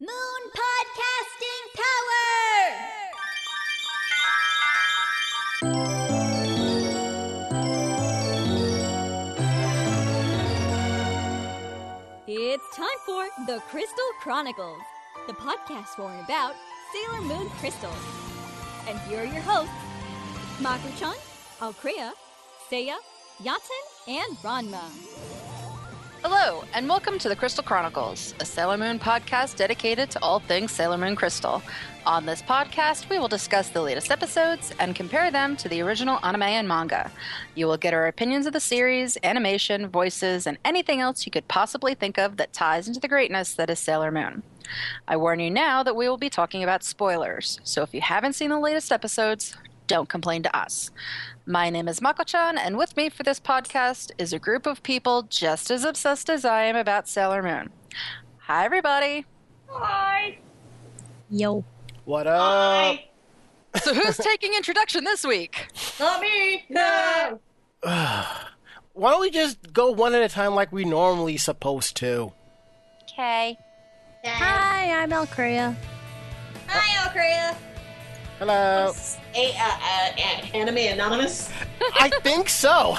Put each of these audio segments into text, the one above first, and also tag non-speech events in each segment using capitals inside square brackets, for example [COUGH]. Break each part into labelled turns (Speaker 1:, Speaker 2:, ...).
Speaker 1: Moon Podcasting Power! It's time for The Crystal Chronicles, the podcast for and about Sailor Moon crystals. And here are your hosts, Maku-chan, Alcrea, Seiya, Yatin, and Ranma.
Speaker 2: Hello, and welcome to the Crystal Chronicles, a Sailor Moon podcast dedicated to all things Sailor Moon Crystal. On this podcast, we will discuss the latest episodes and compare them to the original anime and manga. You will get our opinions of the series, animation, voices, and anything else you could possibly think of that ties into the greatness that is Sailor Moon. I warn you now that we will be talking about spoilers, so if you haven't seen the latest episodes, don't complain to us. My name is Mako chan, and with me for this podcast is a group of people just as obsessed as I am about Sailor Moon. Hi, everybody.
Speaker 1: Yo.
Speaker 3: What up?
Speaker 2: So,
Speaker 4: [LAUGHS]
Speaker 2: who's taking introduction this week?
Speaker 3: Why don't we just go one at a time like we normally supposed to?
Speaker 2: Okay.
Speaker 5: Hi, I'm Alcrea.
Speaker 1: Hi, Okria.
Speaker 4: a, uh,
Speaker 3: Hello.
Speaker 4: uh, a- Anime Anonymous.
Speaker 3: I think so.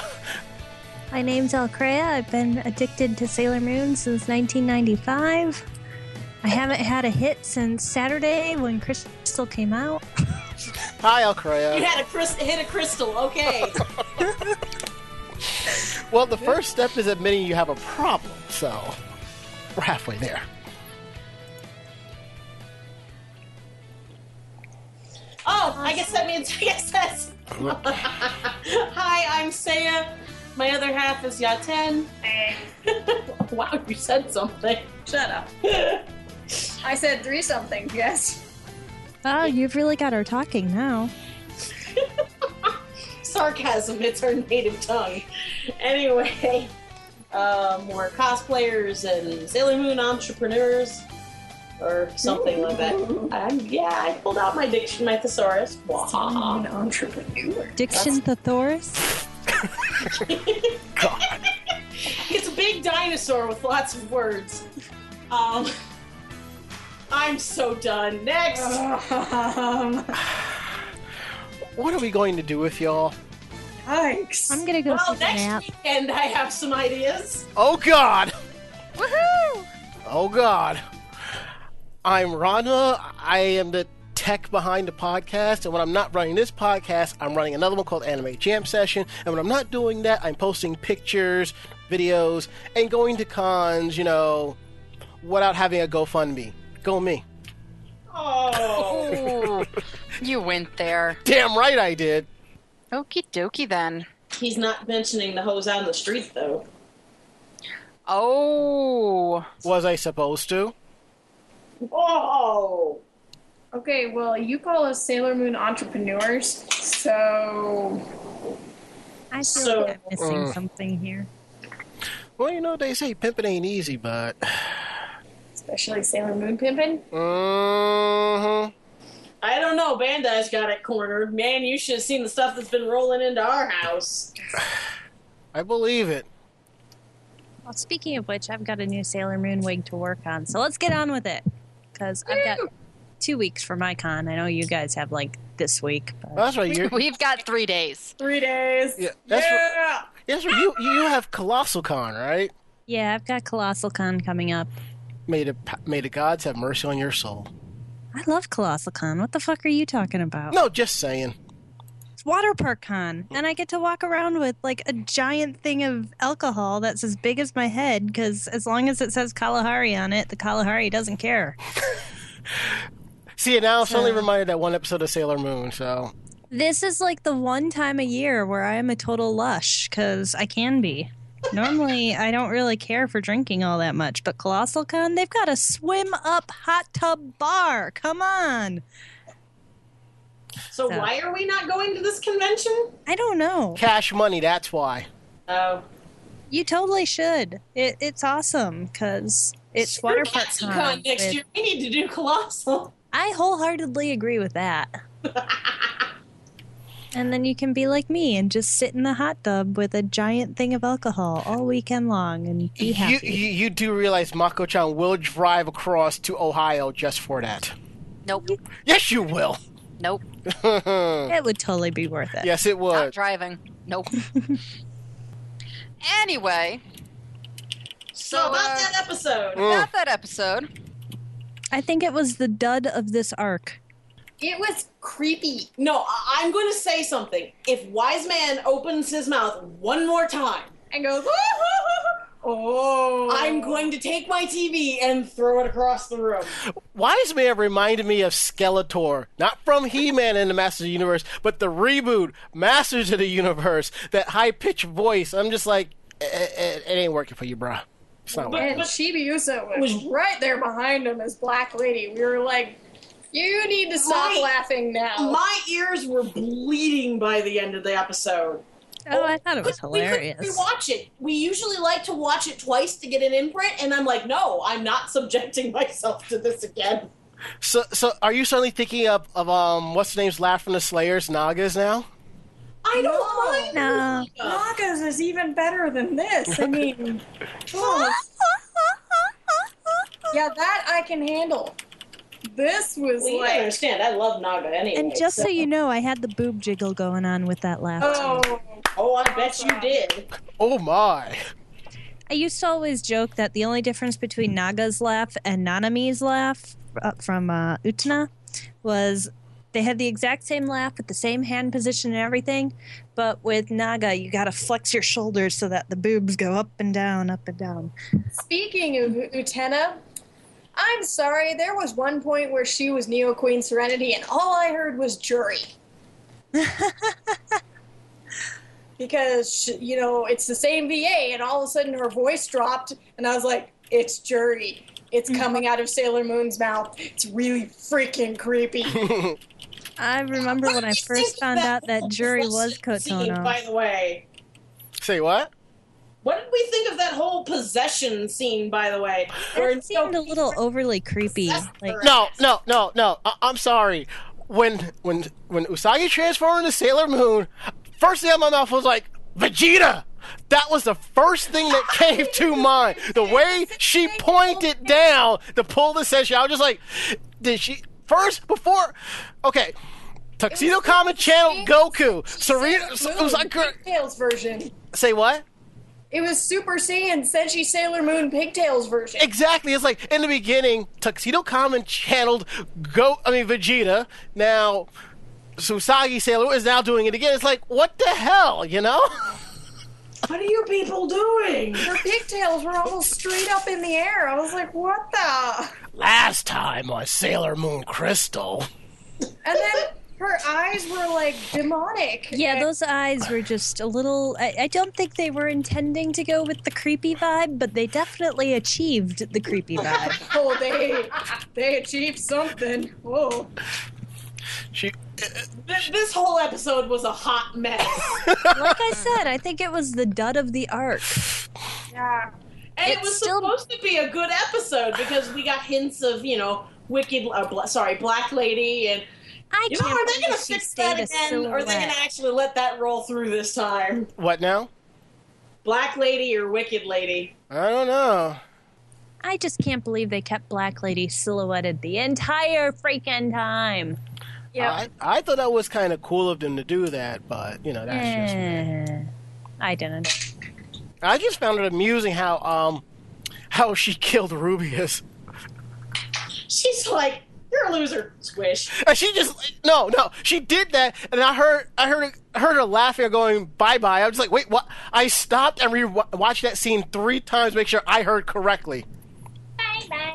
Speaker 5: My name's Alcrea. I've been addicted to Sailor Moon since 1995. I haven't had a hit since Saturday when Crystal came out.
Speaker 3: Hi,
Speaker 4: You
Speaker 3: Alcrea.
Speaker 4: had a crys- hit a crystal, okay.
Speaker 3: Well, the first step is admitting you have a problem, so we're halfway there.
Speaker 4: Oh, I guess that means [LAUGHS] I guess that's. Hi, I'm Saya. My other half is Yaten. [LAUGHS] wow, you said something. Shut up.
Speaker 6: I said three something, yes.
Speaker 5: Oh, you've really got her talking now.
Speaker 4: Sarcasm, it's our native tongue. Anyway, [LAUGHS] um, we're cosplayers and Sailor Moon entrepreneurs or something like that. Um, yeah, I pulled out my diction, my thesaurus. Wah.
Speaker 6: an entrepreneur.
Speaker 5: Diction Thesaurus.
Speaker 4: It's a big dinosaur with lots of words. Um, I'm so done. Next.
Speaker 6: Um,
Speaker 3: What are we going to do with y'all?
Speaker 6: yikes.
Speaker 5: I'm gonna go
Speaker 4: well,
Speaker 5: take a
Speaker 4: next
Speaker 5: nap.
Speaker 4: weekend I have some ideas.
Speaker 3: Oh, God.
Speaker 2: Woohoo!
Speaker 3: Oh, God. I'm Rana. I am the tech behind the podcast. And when I'm not running this podcast, I'm running another one called Anime Jam Session. And when I'm not doing that, I'm posting pictures, videos, and going to cons, you know, without having a GoFundMe. Go me.
Speaker 4: Oh,
Speaker 2: Ooh, you went there.
Speaker 3: Damn right I did.
Speaker 2: Okie dokie then.
Speaker 4: [LAUGHS] he's not mentioning the hose on the street though.
Speaker 2: Oh.
Speaker 3: Was I supposed to?
Speaker 4: Oh,
Speaker 6: Okay, well, you call us Sailor Moon entrepreneurs, so.
Speaker 5: I feel
Speaker 4: So-
Speaker 5: like I'm missing something here.
Speaker 3: Well, you know, they say pimping ain't easy, but.
Speaker 6: Especially Sailor Moon Pimpin.
Speaker 3: Mm-hmm.
Speaker 4: I don't know. Bandai's got it cornered. Man, you should have seen the stuff that's been rolling into our house.
Speaker 3: I believe it.
Speaker 5: Well, speaking of which, I've got a new Sailor Moon wig to work on, so let's get on with it. Because I've got two weeks for my con. I know you guys have like this week, but
Speaker 3: That's right. You're,
Speaker 2: We've got three days.
Speaker 4: Three days.
Speaker 3: yeah, that's right.
Speaker 4: Yeah.
Speaker 3: That's right. You, you have Colossal Con, right?
Speaker 5: yeah, I've got Colossal Con coming up.
Speaker 3: May the, may the gods have mercy on your soul.
Speaker 5: I love Colossal Con. What the fuck are you talking about?
Speaker 3: No, just saying.
Speaker 5: It's Water Park Con. And I get to walk around with like a giant thing of alcohol that's as big as my head because as long as it says Kalahari on it, the Kalahari doesn't care.
Speaker 3: See, now it's only reminded that one episode of Sailor Moon, so.
Speaker 5: This is like the one time a year where I am a total lush because I can be. Normally, I don't really care for drinking all that much, but Colossal Con, they've got a swim up hot tub bar. Come on.
Speaker 4: So
Speaker 5: So-
Speaker 4: why are we not going to this convention?
Speaker 5: I don't know.
Speaker 3: Cash money, that's why.
Speaker 4: Oh,
Speaker 5: You totally should. It, it's awesome because it's
Speaker 4: Screw
Speaker 5: water park
Speaker 4: Capsicon
Speaker 5: con.
Speaker 4: next
Speaker 5: with-
Speaker 4: year. We need to do colossal. [LAUGHS]
Speaker 5: I wholeheartedly agree with that. And then you can be like me and just sit in the hot tub with a giant thing of alcohol all weekend long and be
Speaker 3: You,
Speaker 5: happy.
Speaker 3: you you do realize Mako-chan will drive across to Ohio just for that.
Speaker 2: Nope.
Speaker 3: Yes, you will. [LAUGHS]
Speaker 2: Nope.
Speaker 5: it would totally be worth it.
Speaker 3: Yes, it
Speaker 2: Not
Speaker 3: would.
Speaker 2: driving.
Speaker 4: [LAUGHS]
Speaker 2: Nope. anyway. So,
Speaker 4: So about
Speaker 2: uh,
Speaker 4: that episode.
Speaker 2: about that episode.
Speaker 5: I think it was the dud of this arc.
Speaker 6: It was creepy.
Speaker 4: No, I- I'm going to say something. If Wise Man opens his mouth one more time,
Speaker 6: And goes, "Woo, woo, woo, woo." oh.
Speaker 4: I'm going to take my TV and throw it across the room.
Speaker 3: Wise Man reminded me of Skeletor, not from He-Man and the Masters of the Universe, but the reboot Masters of the Universe. That high-pitched voice. I'm just like, eh, eh, eh, it ain't working for you, bruh. It's not working.
Speaker 6: And Chibi Uso was, right there behind him as Black Lady. We were like, you need to stop
Speaker 4: My-
Speaker 6: laughing now.
Speaker 4: My ears were bleeding by the end of the episode.
Speaker 5: Oh, I thought it was
Speaker 4: We couldn't
Speaker 5: hilarious.
Speaker 4: Rewatch it. We usually like to watch it twice to get an imprint, and I'm like, no, I'm not subjecting [LAUGHS] myself to this again.
Speaker 3: So, so are you suddenly thinking of, of um, what's the name's laugh from the Slayers, Nagas now?
Speaker 4: I don't
Speaker 5: No.
Speaker 4: mind. Uh,
Speaker 6: is even better than this. I [LAUGHS] mean, yeah, that I can handle. This was
Speaker 4: Well, you gotta
Speaker 6: like,
Speaker 4: understand. I love Naga anyway.
Speaker 5: And just so you know, I had the boob jiggle going on with that laugh.
Speaker 6: oh,
Speaker 4: oh, I bet you did.
Speaker 3: Oh my! [LAUGHS]
Speaker 5: I used to always joke that the only difference between Naga's laugh and Nanami's laugh uh, from uh, Utana was they had the exact same laugh with the same hand position and everything, but with Naga, you got to flex your shoulders so that the boobs go up and down, up and down.
Speaker 6: speaking of Utena, I'm sorry, there was one point where she was Neo Queen Serenity, and all I heard was jury. because, she, you know, it's the same VA, and all of a sudden her voice dropped, and I was like, it's jury. It's coming out of Sailor Moon's mouth. It's really freaking creepy.
Speaker 5: I remember when I first found out that Jury was
Speaker 4: Scene,
Speaker 5: Kotono.
Speaker 4: By the way,
Speaker 3: Say what?
Speaker 4: what did we think of that whole possession scene? By the way, Where
Speaker 5: It seemed a little overly creepy. Like,
Speaker 3: No, no, no, no. I- I'm sorry. When when when Usagi transformed into Sailor Moon, first thing out of my mouth was like Vegeta. That was the first thing that came to mind. The way she pointed down to pull the session, I was just like, did she first before? Okay, Tuxedo Common Channel Goku, Serena
Speaker 6: Moon,
Speaker 3: Usagi.
Speaker 6: Pigtails version.
Speaker 3: Say what?
Speaker 6: It was Super Saiyan Senshi Sailor Moon Pigtails version.
Speaker 3: Exactly. It's like in the beginning, Tuxedo Common channeled Go. I mean Vegeta. Now, Susagi Sailor is now doing it again. It's like what the hell, you know? [LAUGHS]
Speaker 4: what are you people doing?
Speaker 6: Her pigtails were almost straight up in the air. I was like, what the?
Speaker 3: Last time on Sailor Moon Crystal.
Speaker 6: And then her eyes were like demonic.
Speaker 5: Yeah,
Speaker 6: And
Speaker 5: those eyes were just a little. I, I don't think they were intending to go with the creepy vibe, but they definitely achieved the creepy vibe.
Speaker 4: [LAUGHS]
Speaker 6: oh, they they achieved something. Whoa.
Speaker 3: She.
Speaker 4: Th- this whole episode was a hot mess.
Speaker 5: like I said, I think it was the dud of the arc.
Speaker 6: Yeah.
Speaker 4: And it
Speaker 5: It's
Speaker 4: was
Speaker 5: still-
Speaker 4: supposed to be a good episode because we got hints of, you know, Wicked, uh, bla- sorry, Black Lady, and
Speaker 5: I
Speaker 4: you know,
Speaker 5: can't
Speaker 4: are they
Speaker 5: believe
Speaker 4: going to
Speaker 5: she
Speaker 4: fix
Speaker 5: stayed
Speaker 4: that
Speaker 5: a
Speaker 4: again? Or are they going
Speaker 5: silhouette.
Speaker 4: to actually let that roll through this time?
Speaker 3: What now?
Speaker 4: Black Lady or Wicked Lady?
Speaker 3: I don't know.
Speaker 5: I just can't believe they kept Black Lady silhouetted the entire freaking time.
Speaker 6: Yeah.
Speaker 3: I, I thought that was kind of cool of them to do that, but you know that's just me.
Speaker 5: Eh, I didn't.
Speaker 3: I just found it amusing how um how she [LAUGHS] killed Rubius.
Speaker 4: She's like, you're a loser, Squish.
Speaker 3: And she just no, no. She did that, and I heard, I heard, I heard her laughing or going bye bye. I was like, wait, what? I stopped and rewatched that scene three times, to make sure I heard correctly.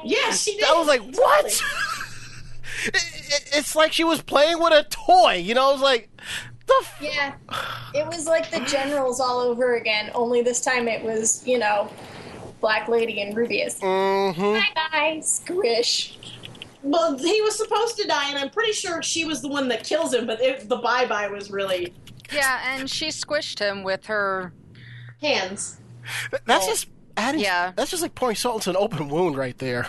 Speaker 4: Yeah, she did.
Speaker 3: I was like, what? [LAUGHS] it, it- it's like she was playing with a toy, you know? I was like, the f-
Speaker 6: Yeah. It was like the generals all over again, only this time it was, you know, Black Lady and Rubius.
Speaker 3: mm-hmm.
Speaker 6: Bye bye, squish.
Speaker 4: well, he was supposed to die, and I'm pretty sure she was the one that kills him, but it, the bye bye was really
Speaker 2: Yeah, and she squished him with her.
Speaker 4: hands.
Speaker 3: That's just adding.
Speaker 2: Yeah.
Speaker 3: That's just like pouring salt into an open wound right there.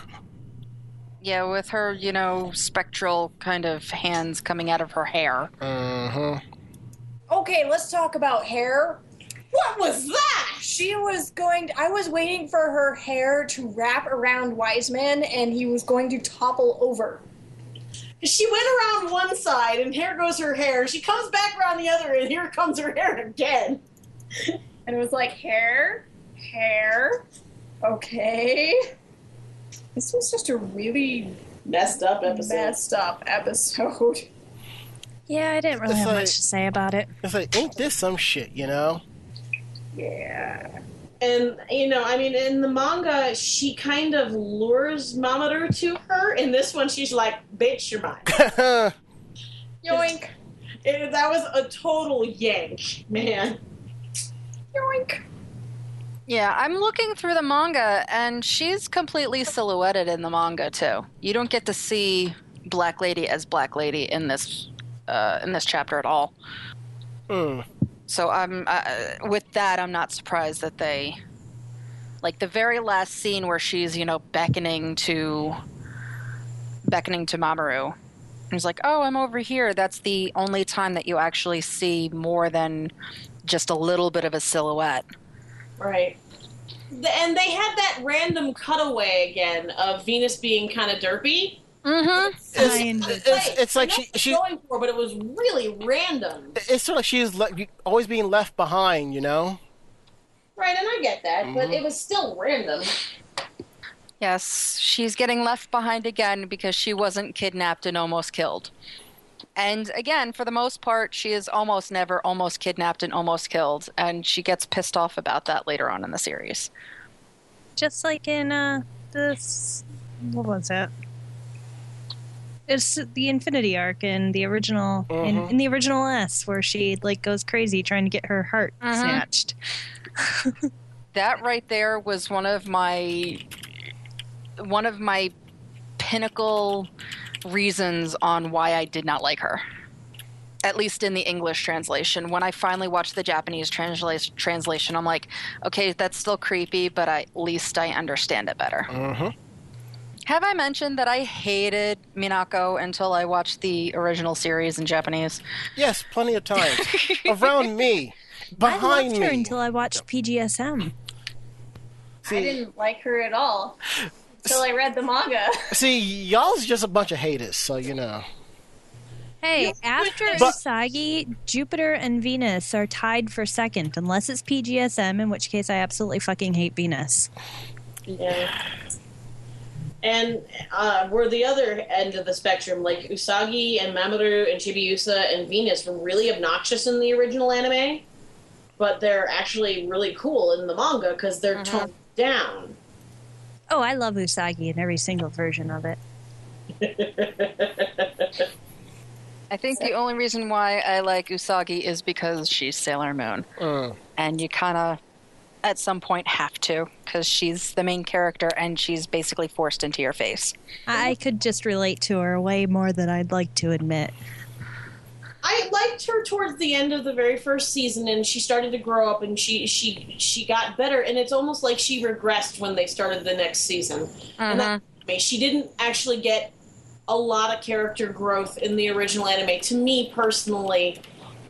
Speaker 2: Yeah, with her, you know, spectral kind of hands coming out of her hair.
Speaker 3: Mm-hmm.
Speaker 6: okay, let's talk about hair.
Speaker 4: What was that?
Speaker 6: She was going. I was waiting for her hair to wrap around Wiseman, and he was going to topple over.
Speaker 4: She went around one side, and here goes her hair. She comes back around the other, and here comes her hair again.
Speaker 6: And it was like, hair, hair, okay. This was just a really
Speaker 4: Messed up episode.
Speaker 6: messed up episode. [LAUGHS]
Speaker 5: Yeah, I didn't really
Speaker 3: It's
Speaker 5: have
Speaker 3: like-
Speaker 5: much to say about it.
Speaker 3: It's like, ain't this some shit, you know? [LAUGHS]
Speaker 6: Yeah.
Speaker 4: And you know, I mean, in the manga, she kind of lures Mamoru to her. In this one, she's like, "Bitch, you're
Speaker 6: [LAUGHS]
Speaker 4: mine."
Speaker 3: Hmm.
Speaker 6: Yoink,
Speaker 4: It- that was a total yank, man.
Speaker 6: yoink.
Speaker 2: Yeah, I'm looking through the manga, and she's completely silhouetted in the manga too. You don't get to see Black Lady as Black Lady in this uh, in this chapter at all.
Speaker 3: Mm.
Speaker 2: So I'm uh, with that. I'm not surprised that they like the very last scene where she's you know beckoning to beckoning to Mamoru. And he's like, "Oh, I'm over here." That's the only time that you actually see more than just a little bit of a silhouette.
Speaker 4: Right. The, and they had that random cutaway again of Venus being kind of derpy.
Speaker 2: Mm-hmm.
Speaker 5: Kind
Speaker 4: It's,
Speaker 3: It's, it's like she, she
Speaker 4: going for, but it was really random.
Speaker 3: it's sort of like she's le- always being left behind, you know?
Speaker 4: Right, and I get that, but
Speaker 3: Mm-hmm.
Speaker 4: it was still random.
Speaker 2: Yes, she's getting left behind again because she wasn't kidnapped and almost killed. And again, for the most part, she is almost never almost kidnapped and almost killed, and she gets pissed off about that later on in the series.
Speaker 5: Just like in uh this what was it? It's the Infinity arc in the original in,
Speaker 3: Mhm.
Speaker 5: in the original S where she like goes crazy trying to get her heart
Speaker 2: Mhm.
Speaker 5: snatched.
Speaker 2: That right there was one of my one of my pinnacle reasons on why I did not like her. At least in the English translation. When I finally watched the Japanese transla- translation, I'm like, okay, that's still creepy, but I, at least I understand it better.
Speaker 3: Mm-hmm.
Speaker 2: Have I mentioned that I hated Minako until I watched the original series in Japanese?
Speaker 3: Yes, plenty of
Speaker 5: [LAUGHS]
Speaker 3: times. Around me.
Speaker 5: I
Speaker 3: Behind
Speaker 5: loved
Speaker 3: me.
Speaker 5: her until I watched PGSM.
Speaker 3: see,
Speaker 6: I didn't like her at all until I read the manga.
Speaker 3: see, y'all's just a bunch of haters, so you know.
Speaker 5: Hey, after
Speaker 3: But-
Speaker 5: Usagi, Jupiter and Venus are tied for second, unless it's PGSM, in which case I absolutely fucking hate Venus.
Speaker 4: Yeah. And uh, we're the other end of the spectrum. Like Usagi and Mamoru and Chibiusa and Venus were really obnoxious in the original anime, but they're actually really cool in the manga because they're toned down.
Speaker 5: Oh, I love Usagi in every single version of it.
Speaker 2: I think the only reason why I like Usagi is because she's Sailor Moon.
Speaker 3: Mm.
Speaker 2: and you kind of at some point have to because she's the main character and she's basically forced into your face
Speaker 5: I I could just relate to her way more than I'd like to admit.
Speaker 4: I liked her towards the end of the very first season, and she started to grow up, and she she she got better. And it's almost like she regressed when they started the next season. And that, I mean, she didn't actually get a lot of character growth in the original anime, to me personally,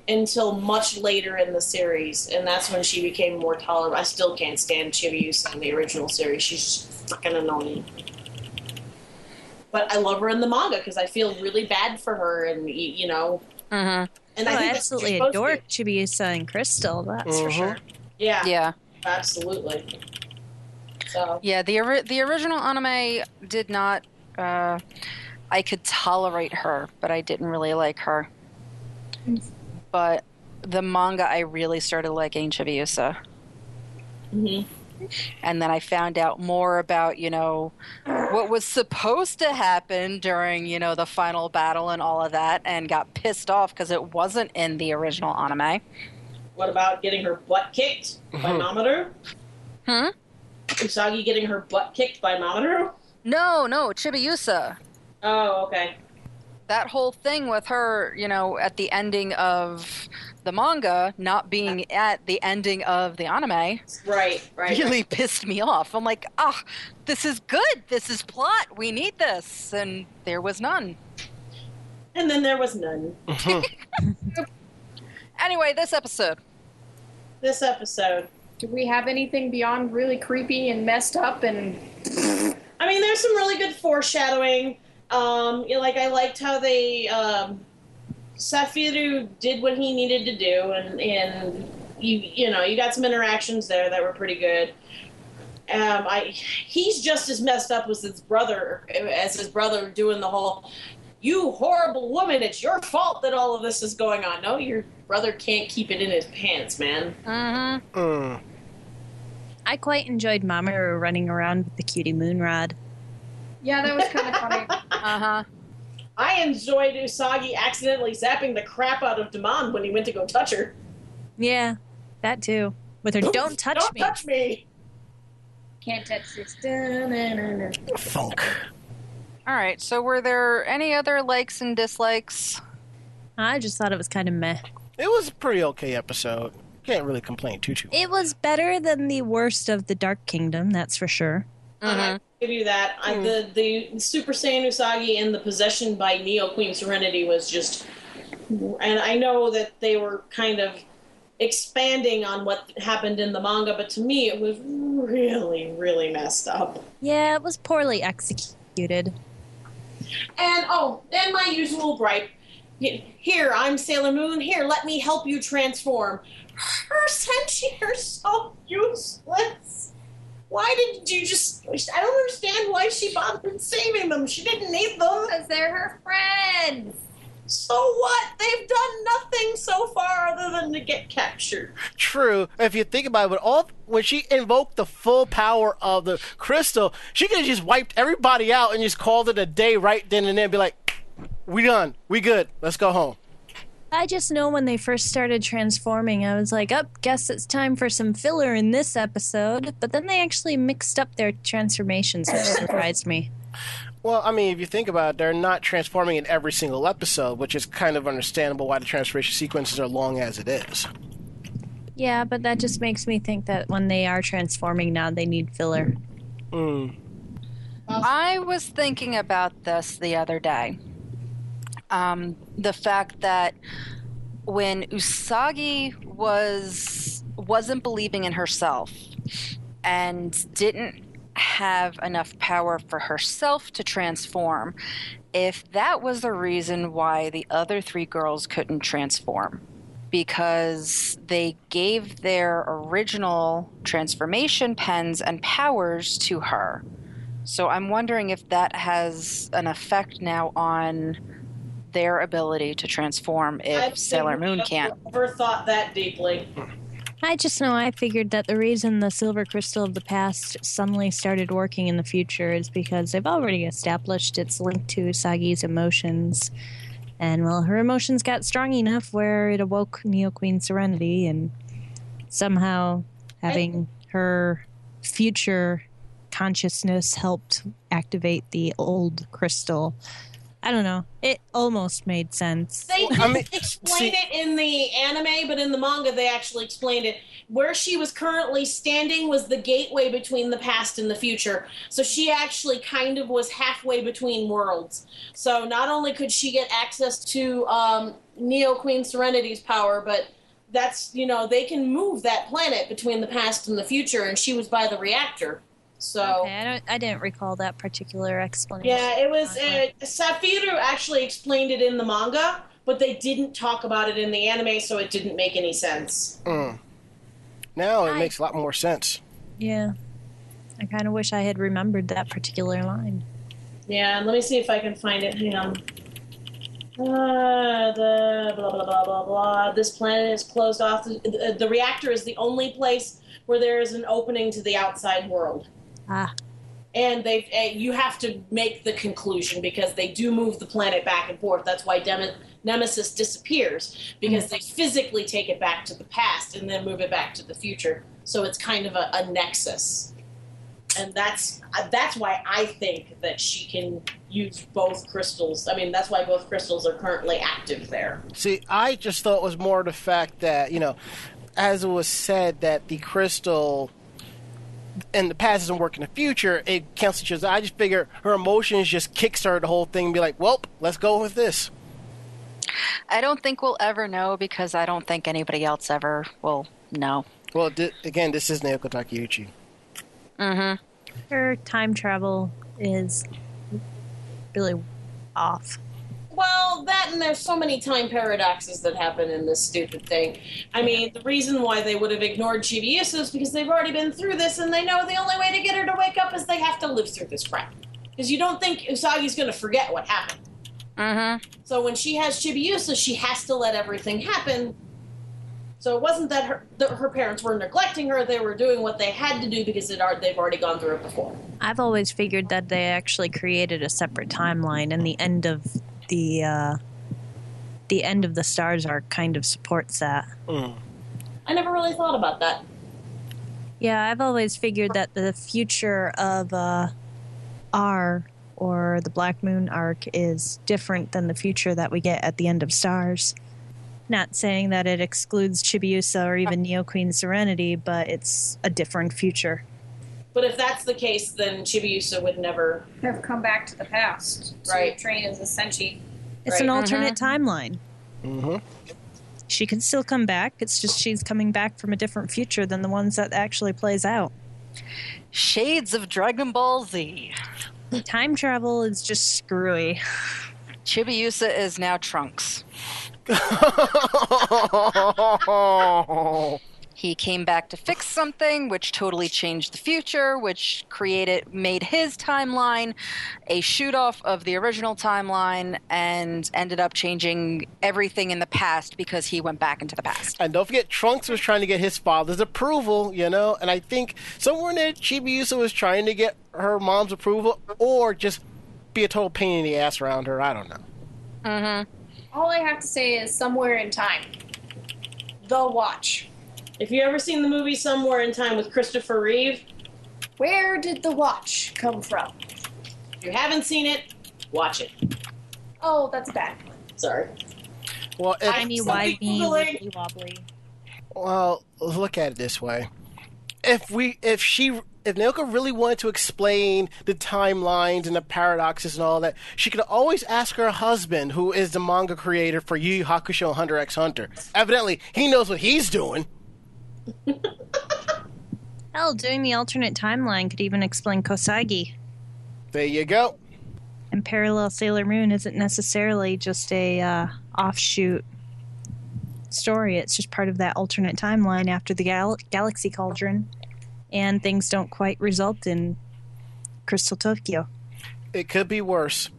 Speaker 4: until much later in the series, and that's when she became more tolerable. I still can't stand Chibiusa in the original series; she's just fucking annoying. But I love her in the manga because I feel really bad for her, and y- you know,
Speaker 2: Mhm.
Speaker 4: and
Speaker 5: Oh,
Speaker 4: I,
Speaker 5: I
Speaker 4: think that's what
Speaker 5: absolutely
Speaker 4: you're supposed
Speaker 5: adore
Speaker 4: to Mm-hmm.
Speaker 5: Chibiusa and Crystal, that's for
Speaker 3: Mhm.
Speaker 5: sure.
Speaker 4: do. Yeah,
Speaker 2: yeah
Speaker 4: absolutely. So
Speaker 2: yeah the, ori- the original anime did not uh, i could tolerate her but i didn't really like her but the manga i really started liking chibiusa
Speaker 5: Mm-hmm.
Speaker 4: mhm.
Speaker 2: and then I found out more about you know what was supposed to happen during you know the final battle and all of that, and got pissed off because it wasn't in the original anime.
Speaker 4: what about getting her butt kicked by
Speaker 3: Mhm.
Speaker 4: Mamoru?
Speaker 2: Hmm?
Speaker 4: Usagi getting her butt kicked by Mamoru?
Speaker 2: No, no, Chibiusa.
Speaker 4: Oh, okay.
Speaker 2: That whole thing with her, you know, at the ending of the manga not being at the ending of the anime
Speaker 4: Right, right.
Speaker 2: really [LAUGHS] pissed me off. I'm like, ah, this is good. This is plot. We need this. And there was none.
Speaker 3: Mm-hmm.
Speaker 5: [LAUGHS]
Speaker 4: And then there was none.
Speaker 2: Anyway, this episode.
Speaker 4: This episode.
Speaker 6: Do we have anything beyond really creepy and messed up and
Speaker 4: I mean, there's some really good foreshadowing. Um, you know, like I liked how they um, Safiru did what he needed to do, and and you you know you got some interactions there that were pretty good. Um, I he's just as messed up as his brother as his brother doing the whole you horrible woman it's your fault that all of this is going on no your brother can't keep it in his pants man
Speaker 2: hmm
Speaker 3: Mm.
Speaker 5: I quite enjoyed Mamoru running around with the cutie moonrod.
Speaker 6: Yeah, that was kind of funny.
Speaker 2: Uh huh.
Speaker 4: i enjoyed usagi accidentally zapping the crap out of Damon when he went to go touch her
Speaker 5: Yeah, that too. With her, don't touch
Speaker 4: don't
Speaker 5: me.
Speaker 4: touch me
Speaker 6: Can't touch this. Da-na-na-na.
Speaker 3: Funk.
Speaker 2: All right. So, were there any other likes and dislikes?
Speaker 5: I just thought it was kind of meh.
Speaker 3: It was a pretty okay episode. Can't really complain too too.
Speaker 5: It was better than the worst of the Dark Kingdom, that's for sure.
Speaker 2: Mm-hmm.
Speaker 4: I give you that. I, the
Speaker 5: Mm.
Speaker 4: the Super Saiyan Usagi and the possession by Neo Queen Serenity was just, and I know that they were kind of expanding on what happened in the manga, but to me it was really really messed up.
Speaker 5: Yeah, it was poorly executed.
Speaker 4: And oh, then my usual gripe. Here, I'm Sailor Moon. Here, let me help you transform. Her senshi are so useless. Why did you just? I don't understand why she bothered saving them. She didn't need them.
Speaker 6: Because they're her friends.
Speaker 4: So what? They've done nothing so far other than to get captured.
Speaker 3: True. If you think about it, when all when she invoked the full power of the crystal, she could have just wiped everybody out and just called it a day right then and there. And be like, we done. We good. Let's go home.
Speaker 5: I just know when they first started transforming, I was like, oh, guess it's time for some filler in this episode. But then they actually mixed up their transformations, which surprised me.
Speaker 3: Well, I mean, if you think about it, they're not transforming in every single episode, which is kind of understandable why the transformation sequences are long as it is.
Speaker 5: Yeah, but that just makes me think that when they are transforming now, they need filler.
Speaker 3: Mm.
Speaker 2: I was thinking about this the other day. Um, the fact that when Usagi was wasn't believing in herself and didn't have enough power for herself to transform, if that was the reason why the other three girls couldn't transform, because they gave their original transformation pens and powers to her. So I'm wondering if that has an effect now on their ability to transform if
Speaker 4: I've
Speaker 2: Sailor Moon
Speaker 4: never-
Speaker 2: can't.
Speaker 4: Never thought that deeply.
Speaker 5: I just know I figured that the reason the silver crystal of the past suddenly started working in the future is because they've already established it's linked to Usagi's emotions. And well, her emotions got strong enough where it awoke Neo Queen Serenity, and somehow having her future consciousness helped activate the old crystal. I don't know. It almost made sense.
Speaker 4: They did
Speaker 3: I mean,
Speaker 4: [LAUGHS] explain
Speaker 3: see-
Speaker 4: it in the anime, but in the manga they actually explained it. Where she was currently standing was the gateway between the past and the future. So she actually kind of was halfway between worlds. So not only could she get access to um, Neo Queen Serenity's power, but that's you know they can move that planet between the past and the future, and she was by the reactor. So.
Speaker 5: Okay, I don't. I didn't recall that particular explanation.
Speaker 4: Yeah, it was. Uh,
Speaker 5: Okay.
Speaker 4: Safiru actually explained it in the manga, but they didn't talk about it in the anime, so it didn't make any sense.
Speaker 3: Mm. Now it
Speaker 5: I-
Speaker 3: makes a lot more sense.
Speaker 5: Yeah. I kind of wish I had remembered that particular line.
Speaker 4: Yeah, let me see if I can find it. Hang on. Uh, the blah blah blah blah blah. This planet is closed off. The, the, the reactor is the only place where there is an opening to the outside world.
Speaker 5: Ah.
Speaker 4: And they, uh, you have to make the conclusion because they do move the planet back and forth. That's why Dem- Nemesis disappears because they physically take it back to the past and then move it back to the future. So it's kind of a, a nexus, and that's uh, that's why I think that she can use both crystals. I mean, that's why both crystals are currently active there.
Speaker 3: See, I just thought it was more the fact that, you know, as it was said that the crystal in the past doesn't work in the future, it cancels each other. I just figure her emotions just kickstart the whole thing and be like, Welp, let's go with this.
Speaker 2: I don't think we'll ever know because I don't think anybody else ever will know.
Speaker 3: Well, di- again, this is Naoko Takeuchi.
Speaker 2: Mm-hmm.
Speaker 5: Her time travel is really off.
Speaker 4: Well, that and there's so many time paradoxes that happen in this stupid thing. I mean, the reason why they would have ignored GBS is because they've already been through this and they know the only way to get her to wake up is they have to live through this crap. Because you don't think Usagi's going to forget what happened.
Speaker 2: Mm-hmm.
Speaker 4: So when she has Chibiusa, she has to let everything happen. So it wasn't that her, that her parents were neglecting her; they were doing what they had to do because it are, they've already gone through it before.
Speaker 5: I've always figured that they actually created a separate timeline, and the end of the uh, the end of the stars arc kind of supports that.
Speaker 3: Mm.
Speaker 4: I never really thought about that.
Speaker 5: Yeah, I've always figured that the future of uh, R or the Black Moon arc is different than the future that we get at the end of Stars. Not saying that it excludes Chibiusa or even Neo Queen Serenity, but it's a different future.
Speaker 4: But if that's the case, then Chibiusa would never.
Speaker 7: Have come back to the past. to
Speaker 4: Right.
Speaker 7: Train as a senshi.
Speaker 5: It's
Speaker 4: Right.
Speaker 5: an alternate timeline.
Speaker 3: hmm
Speaker 5: She can still come back. It's just she's coming back from a different future than the ones that actually plays out.
Speaker 2: Shades of Dragon Ball Z.
Speaker 5: Time travel is just screwy.
Speaker 2: Chibiusa is now Trunks. He came back to fix something, which totally changed the future, which created made his timeline a shoot off of the original timeline, and ended up changing everything in the past because he went back into the [LAUGHS] past.
Speaker 3: And don't forget, Trunks was trying to get his father's approval, you know. And I think somewhere in there, Chibiusa was trying to get her mom's approval, or just be a total pain in the ass around her. I don't know.
Speaker 2: Mm-hmm.
Speaker 6: All I have to say is somewhere in time. The watch.
Speaker 4: If you ever seen the movie Somewhere in Time with Christopher Reeve,
Speaker 6: Where did the watch come from?
Speaker 4: if you haven't seen it, watch it.
Speaker 6: Oh, that's bad.
Speaker 4: Sorry.
Speaker 3: Well, if-
Speaker 4: I-
Speaker 5: Tiny,
Speaker 4: something
Speaker 5: wide,
Speaker 4: Googling.
Speaker 5: wibbly wobbly.
Speaker 3: well, look at it this way: if we, if she, if Naoka really wanted to explain the timelines and the paradoxes and all that, she could always ask her husband, who is the manga creator for Yu Yu Hakusho and Hunter X Hunter. Evidently, he knows what he's doing.
Speaker 5: Hell, doing the alternate timeline could even explain Kosagi.
Speaker 3: There you go.
Speaker 5: And parallel Sailor Moon isn't necessarily just a uh, offshoot story. It's just part of that alternate timeline after the gal- Galaxy Cauldron, and things don't quite result in Crystal Tokyo.
Speaker 3: It could be worse.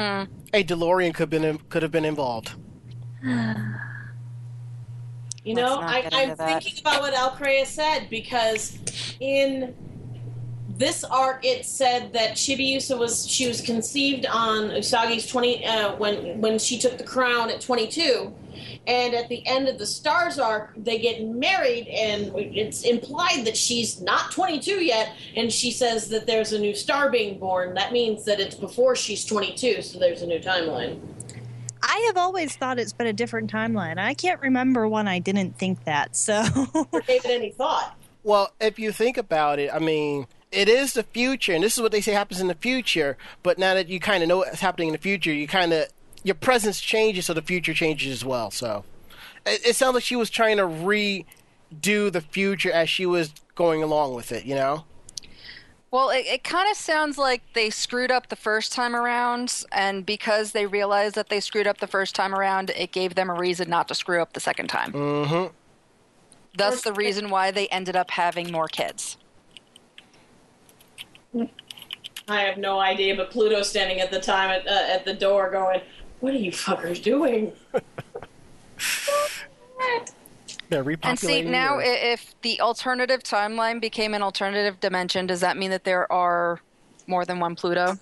Speaker 2: Mm.
Speaker 3: A DeLorean could been could have been involved.
Speaker 4: You
Speaker 2: Let's
Speaker 4: know,
Speaker 2: not
Speaker 4: I,
Speaker 2: get into
Speaker 4: I'm
Speaker 2: that.
Speaker 4: thinking about what Alcrea said because in this arc, it said that Chibiusa was she was conceived on Usagi's 20 uh, when when she took the crown at 22, and at the end of the Stars arc, they get married, and it's implied that she's not 22 yet, and she says that there's a new star being born. That means that it's before she's 22, so there's a new timeline.
Speaker 5: I have always thought it's been a different timeline. I can't remember when I didn't think that. So [LAUGHS]
Speaker 4: Or gave it any thought.
Speaker 3: Well, if you think about it, I mean, it is the future, and this is what they say happens in the future. But now that you kind of know what's happening in the future, you kind of your presence changes, so the future changes as well. So it, it sounds like she was trying to redo the future as she was going along with it. You know,
Speaker 2: Well, it, it kind of sounds like they screwed up the first time around, and because they realized that they screwed up the first time around, it gave them a reason not to screw up the second time. Mm-hmm. That's the reason why they ended up having more kids.
Speaker 4: I have no idea, but Pluto standing at the time at, uh, at the door going, What are you fuckers doing?
Speaker 3: they're
Speaker 2: And see,
Speaker 3: repopulating.
Speaker 2: now
Speaker 3: the
Speaker 2: i-
Speaker 3: Earth.
Speaker 2: if the alternative timeline became an alternative dimension, does that mean that there are more than one Pluto?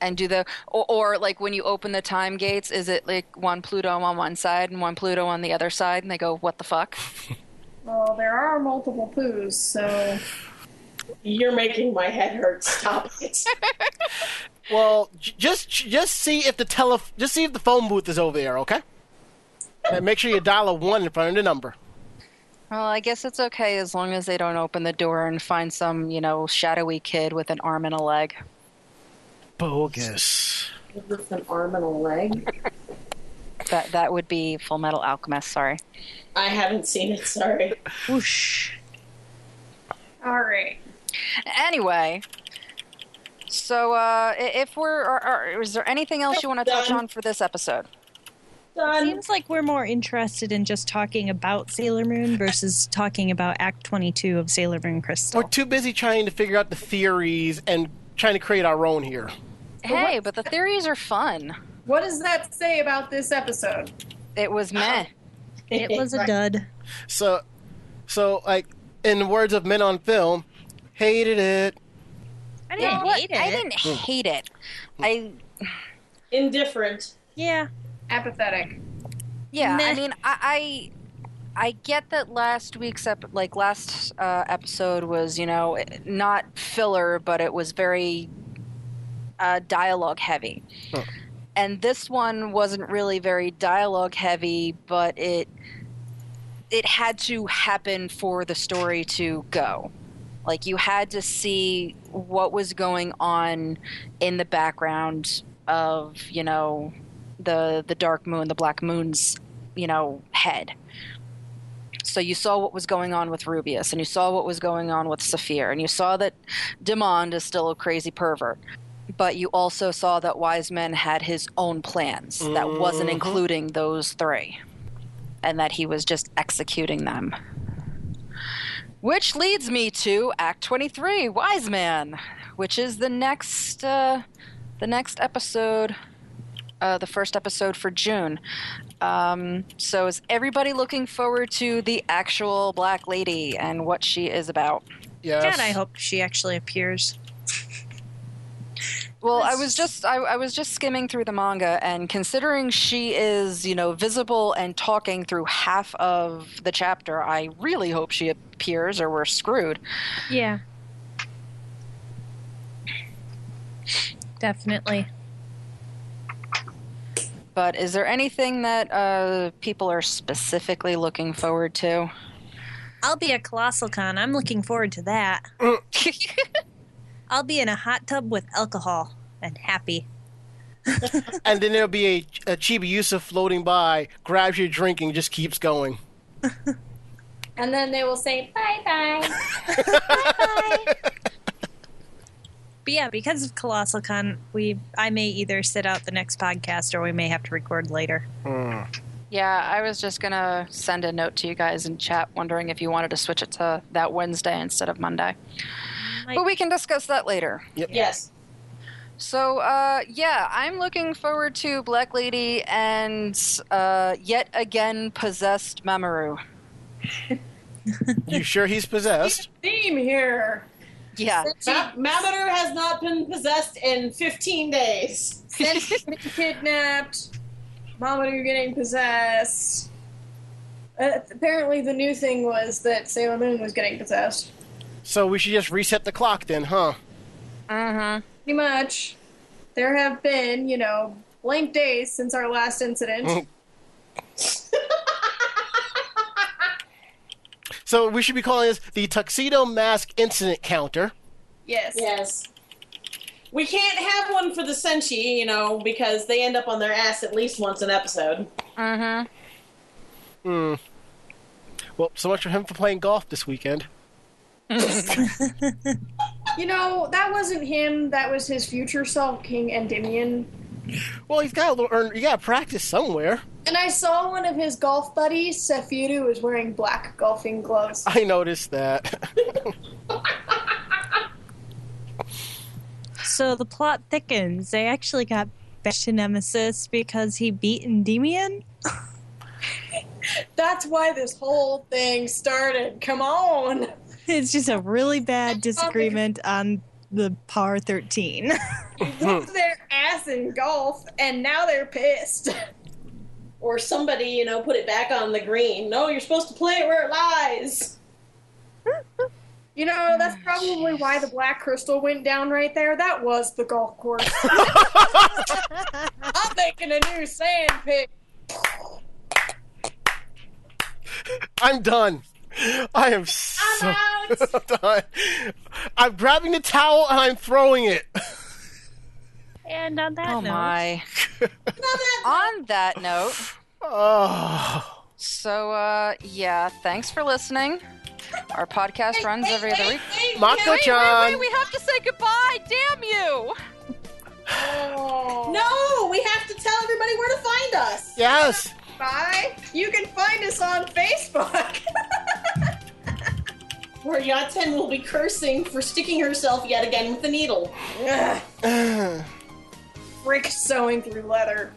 Speaker 2: And do the or, or like when you open the time gates, is it like one Pluto on one side and one Pluto on the other side, and they go, "What the fuck?"
Speaker 7: Well, there are multiple poos, so
Speaker 4: You're making my head hurt. Stop it.
Speaker 6: [LAUGHS]
Speaker 3: well, j- just just see if the tele just see if the phone booth is over there, okay? And make sure you dial a one in front of the number.
Speaker 2: Well, I guess it's okay as long as they don't open the door and find some, you know, shadowy kid with an arm and a leg.
Speaker 3: Bogus.
Speaker 4: With an arm and a leg.
Speaker 2: That that would be Full Metal Alchemist. Sorry.
Speaker 4: I haven't seen it. Sorry.
Speaker 5: Whoosh.
Speaker 7: All right.
Speaker 2: Anyway, so uh, i- if we're, or, or, is there anything else you want to touch
Speaker 4: Done.
Speaker 2: on for this episode?
Speaker 4: Done.
Speaker 5: Seems like we're more interested in just talking about Sailor Moon versus talking about Act 22 of Sailor Moon Crystal.
Speaker 3: We're too busy trying to figure out the theories and trying to create our own here.
Speaker 2: Hey, but the theories are fun.
Speaker 7: What does that say about this episode?
Speaker 2: It was meh. [LAUGHS]
Speaker 5: It was a dud.
Speaker 3: So, so like in the words of men on film, hated it.
Speaker 5: I
Speaker 2: You know what? I didn't hate it. I
Speaker 4: Indifferent.
Speaker 5: Yeah.
Speaker 7: Apathetic.
Speaker 2: yeah. I
Speaker 5: Meh.
Speaker 2: mean, I, I I get that last week's ep- like last uh, episode was you know not filler, but it was very uh, dialogue heavy.
Speaker 3: Huh.
Speaker 2: And this one wasn't really very dialogue heavy, but it it had to happen for the story to go. Like you had to see what was going on in the background of, you know, the the dark moon, the black moon's, you know, head. So you saw what was going on with Rubius and you saw what was going on with Saphir and you saw that Demond is still a crazy pervert. But you also saw that Wiseman had his own plans that wasn't
Speaker 3: Mhm.
Speaker 2: including those three. And that he was just executing them. Which leads me to Act 23, Wise Man, which is the next uh, the next episode, uh, the first episode for June. Um, so is everybody looking forward to the actual Black Lady and what she is about?
Speaker 3: Yes.
Speaker 5: God, I hope she actually appears.
Speaker 2: Well, I was just I, I was just skimming through the manga, and considering she is you know visible and talking through half of the chapter, I really hope she appears, or we're screwed.
Speaker 5: Yeah. Definitely.
Speaker 2: But is there anything that uh, people are specifically looking forward to?
Speaker 5: I'll be a colossal con. I'm looking forward to that. [LAUGHS] I'll be in a hot tub with alcohol and happy.
Speaker 3: And then there'll be a, a Chibi Yusuf floating by, grabs your drink and just keeps going.
Speaker 7: And then they will say bye bye.
Speaker 5: But yeah, because of Colossal Con, we I may either sit out the next podcast or we may have to record later.
Speaker 2: Yeah, I was just gonna send a note to you guys in chat, wondering if you wanted to switch it to that Wednesday instead of Monday.
Speaker 5: Like-
Speaker 2: But we can discuss that later.
Speaker 4: Yes.
Speaker 2: So, uh, yeah, I'm looking forward to Black Lady and uh, yet again possessed Mamoru.
Speaker 3: You sure he's
Speaker 5: [LAUGHS]
Speaker 3: possessed?
Speaker 6: Theme here.
Speaker 2: Yeah,
Speaker 4: Ma- Mamoru has not been possessed in 15 days. [LAUGHS]
Speaker 6: Sen's getting kidnapped. Mamoru getting possessed. Uh, apparently, the new thing was that Sailor Moon was getting possessed.
Speaker 3: So we should just reset the clock then, huh?
Speaker 2: mm-hmm.
Speaker 6: Pretty much. There have been, you know, blank days since our last incident.
Speaker 3: So we should be calling this the Tuxedo Mask Incident Counter.
Speaker 6: yes.
Speaker 4: Yes. We can't have one for the Senshi, you know, because they end up on their ass at least once an episode.
Speaker 2: Mm-hmm.
Speaker 3: Hmm. Well, so much for him for playing golf this weekend.
Speaker 6: You know, that wasn't him. That was his future self, King Endymion.
Speaker 3: Well, he's got a little earn. You got to practice somewhere. [LAUGHS]
Speaker 6: And I saw one of his golf buddies, Sephiru, was wearing black golfing gloves.
Speaker 3: I noticed that. [LAUGHS]
Speaker 5: So the plot thickens. They actually got back to Nemesis because he beat Endymion.
Speaker 6: That's why this whole thing started. Come on.
Speaker 5: It's just a really bad disagreement on the par 13.
Speaker 6: Whooped their ass in golf, and now they're pissed.
Speaker 4: [LAUGHS] Or somebody, you know, put it back on the green. No, you're supposed to play it where it lies.
Speaker 6: You know, that's probably why the black crystal went down right there. That was the golf [LAUGHS] course. I'm making a new sand pit.
Speaker 3: I'm done. I am so [LAUGHS]
Speaker 2: [SIGHS]
Speaker 3: done. I'm grabbing the towel and I'm throwing it.
Speaker 5: And on that
Speaker 2: Oh
Speaker 5: note,
Speaker 2: my. On that note,
Speaker 3: Oh.
Speaker 2: so uh yeah, thanks for listening. Our podcast runs every other week.
Speaker 3: Mako
Speaker 2: Wait,
Speaker 3: chan.
Speaker 2: we have to say goodbye. Damn you.
Speaker 4: No, we have to tell everybody where to find us.
Speaker 3: Yes. [SIGHS]
Speaker 6: Bye. You can find us on Facebook.
Speaker 4: Where Yaten will be cursing for sticking herself yet again with the needle.
Speaker 6: Ugh,
Speaker 3: All
Speaker 6: [LAUGHS] Frick sewing through leather.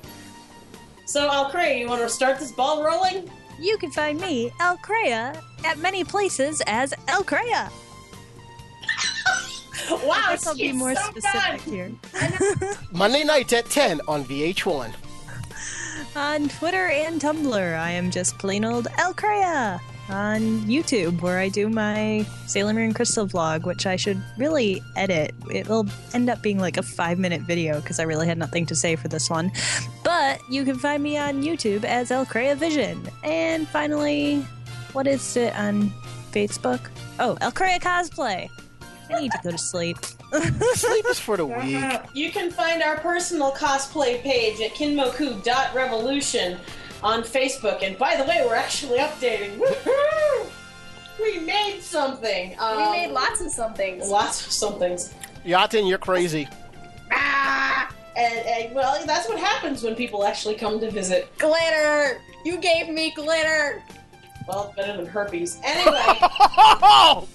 Speaker 4: So, Alcray, you want to start this ball rolling?
Speaker 5: you can find me, El Crea, at many places as El Crea.
Speaker 4: Wow,
Speaker 5: I guess I'll be
Speaker 4: Oh, she's
Speaker 5: more
Speaker 4: so
Speaker 5: specific
Speaker 4: done.
Speaker 5: here.
Speaker 3: Monday nights at 10 on VH1.
Speaker 5: On Twitter and Tumblr, I am just plain old El Crea. On YouTube, where I do my Sailor Moon Crystal vlog, which I should really edit. It will end up being like a five minute video because I really had nothing to say for this one. But you can find me on YouTube as El Crea Vision. And finally, what is it on Facebook? Oh, El Crea Cosplay. I need to go to sleep.
Speaker 3: Sleep is for the weak.
Speaker 6: Uh-huh.
Speaker 4: You can find our personal cosplay page at kinmoku.revolution on Facebook. And by the way, we're actually updating. Woohoo! We made something.
Speaker 7: We
Speaker 4: Um,
Speaker 7: made lots of somethings.
Speaker 4: lots of somethings.
Speaker 3: Yatin, you're crazy. [LAUGHS]
Speaker 4: Ah! And, and well, that's what happens when people actually come to visit.
Speaker 6: Glitter. You gave me glitter.
Speaker 4: Well, better than herpes. Anyway,
Speaker 3: Oh!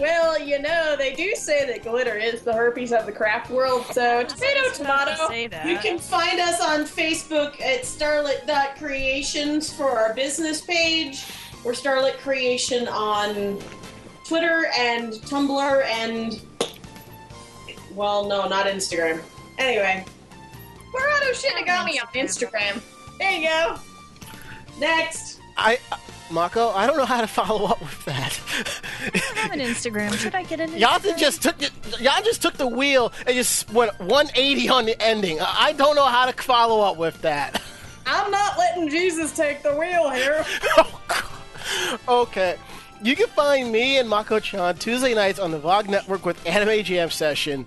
Speaker 6: Well, you know, they do say that glitter is the herpes of the craft world, so tomato, [LAUGHS] tomato.
Speaker 5: Say that.
Speaker 4: you can find us on Facebook at starlit.creations for our business page. We're Starlit Creation on Twitter and Tumblr and. Well, no, not Instagram. Anyway,
Speaker 6: Corrado Shinigami on Instagram. There you go.
Speaker 4: next.
Speaker 3: I, Mako, I don't know how to follow up with that. [LAUGHS]
Speaker 5: have an Instagram. Should I get an
Speaker 3: Yatin just took the- y'all just took the wheel and just went 180 on the ending. I I don't know how to follow up with that.
Speaker 6: I'm not letting Jesus take the wheel here.
Speaker 3: Oh, God. okay. You can find me and Mako Chan Tuesday nights on the Vlog Network with Anime Jam Session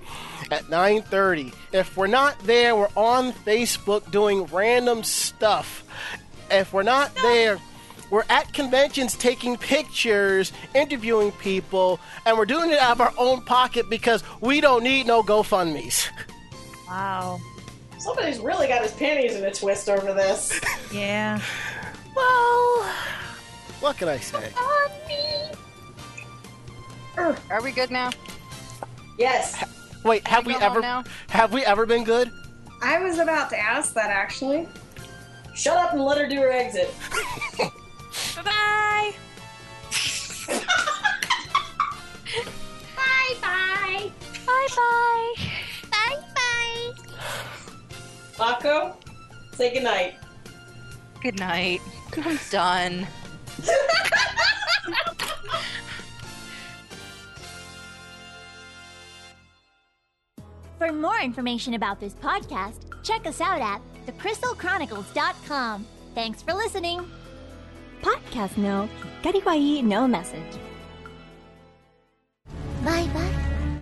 Speaker 3: at 9.30. If we're not there, we're on Facebook doing random stuff. If we're not there, we're at conventions taking pictures, interviewing people, and we're doing it out of our own pocket because we don't need no GoFundMe's.
Speaker 5: Wow.
Speaker 4: Somebody's really got his panties in a twist over this.
Speaker 5: Yeah.
Speaker 3: Well, what can I say?
Speaker 2: [LAUGHS] Are we good now?
Speaker 4: Yes.
Speaker 3: Wait, have
Speaker 2: I
Speaker 3: we
Speaker 2: go home
Speaker 3: ever
Speaker 2: now?
Speaker 3: have we ever been good?
Speaker 7: I was about to ask that actually.
Speaker 4: Shut up and let her do her exit.
Speaker 5: Bye.
Speaker 7: Bye bye.
Speaker 4: Mako, say goodnight.
Speaker 2: Good night. I'm done.
Speaker 8: For more information about this podcast, check us out at thecrystalchronicles.com. Thanks for listening.
Speaker 1: Podcast no Kikariwai no message.
Speaker 8: Bye bye.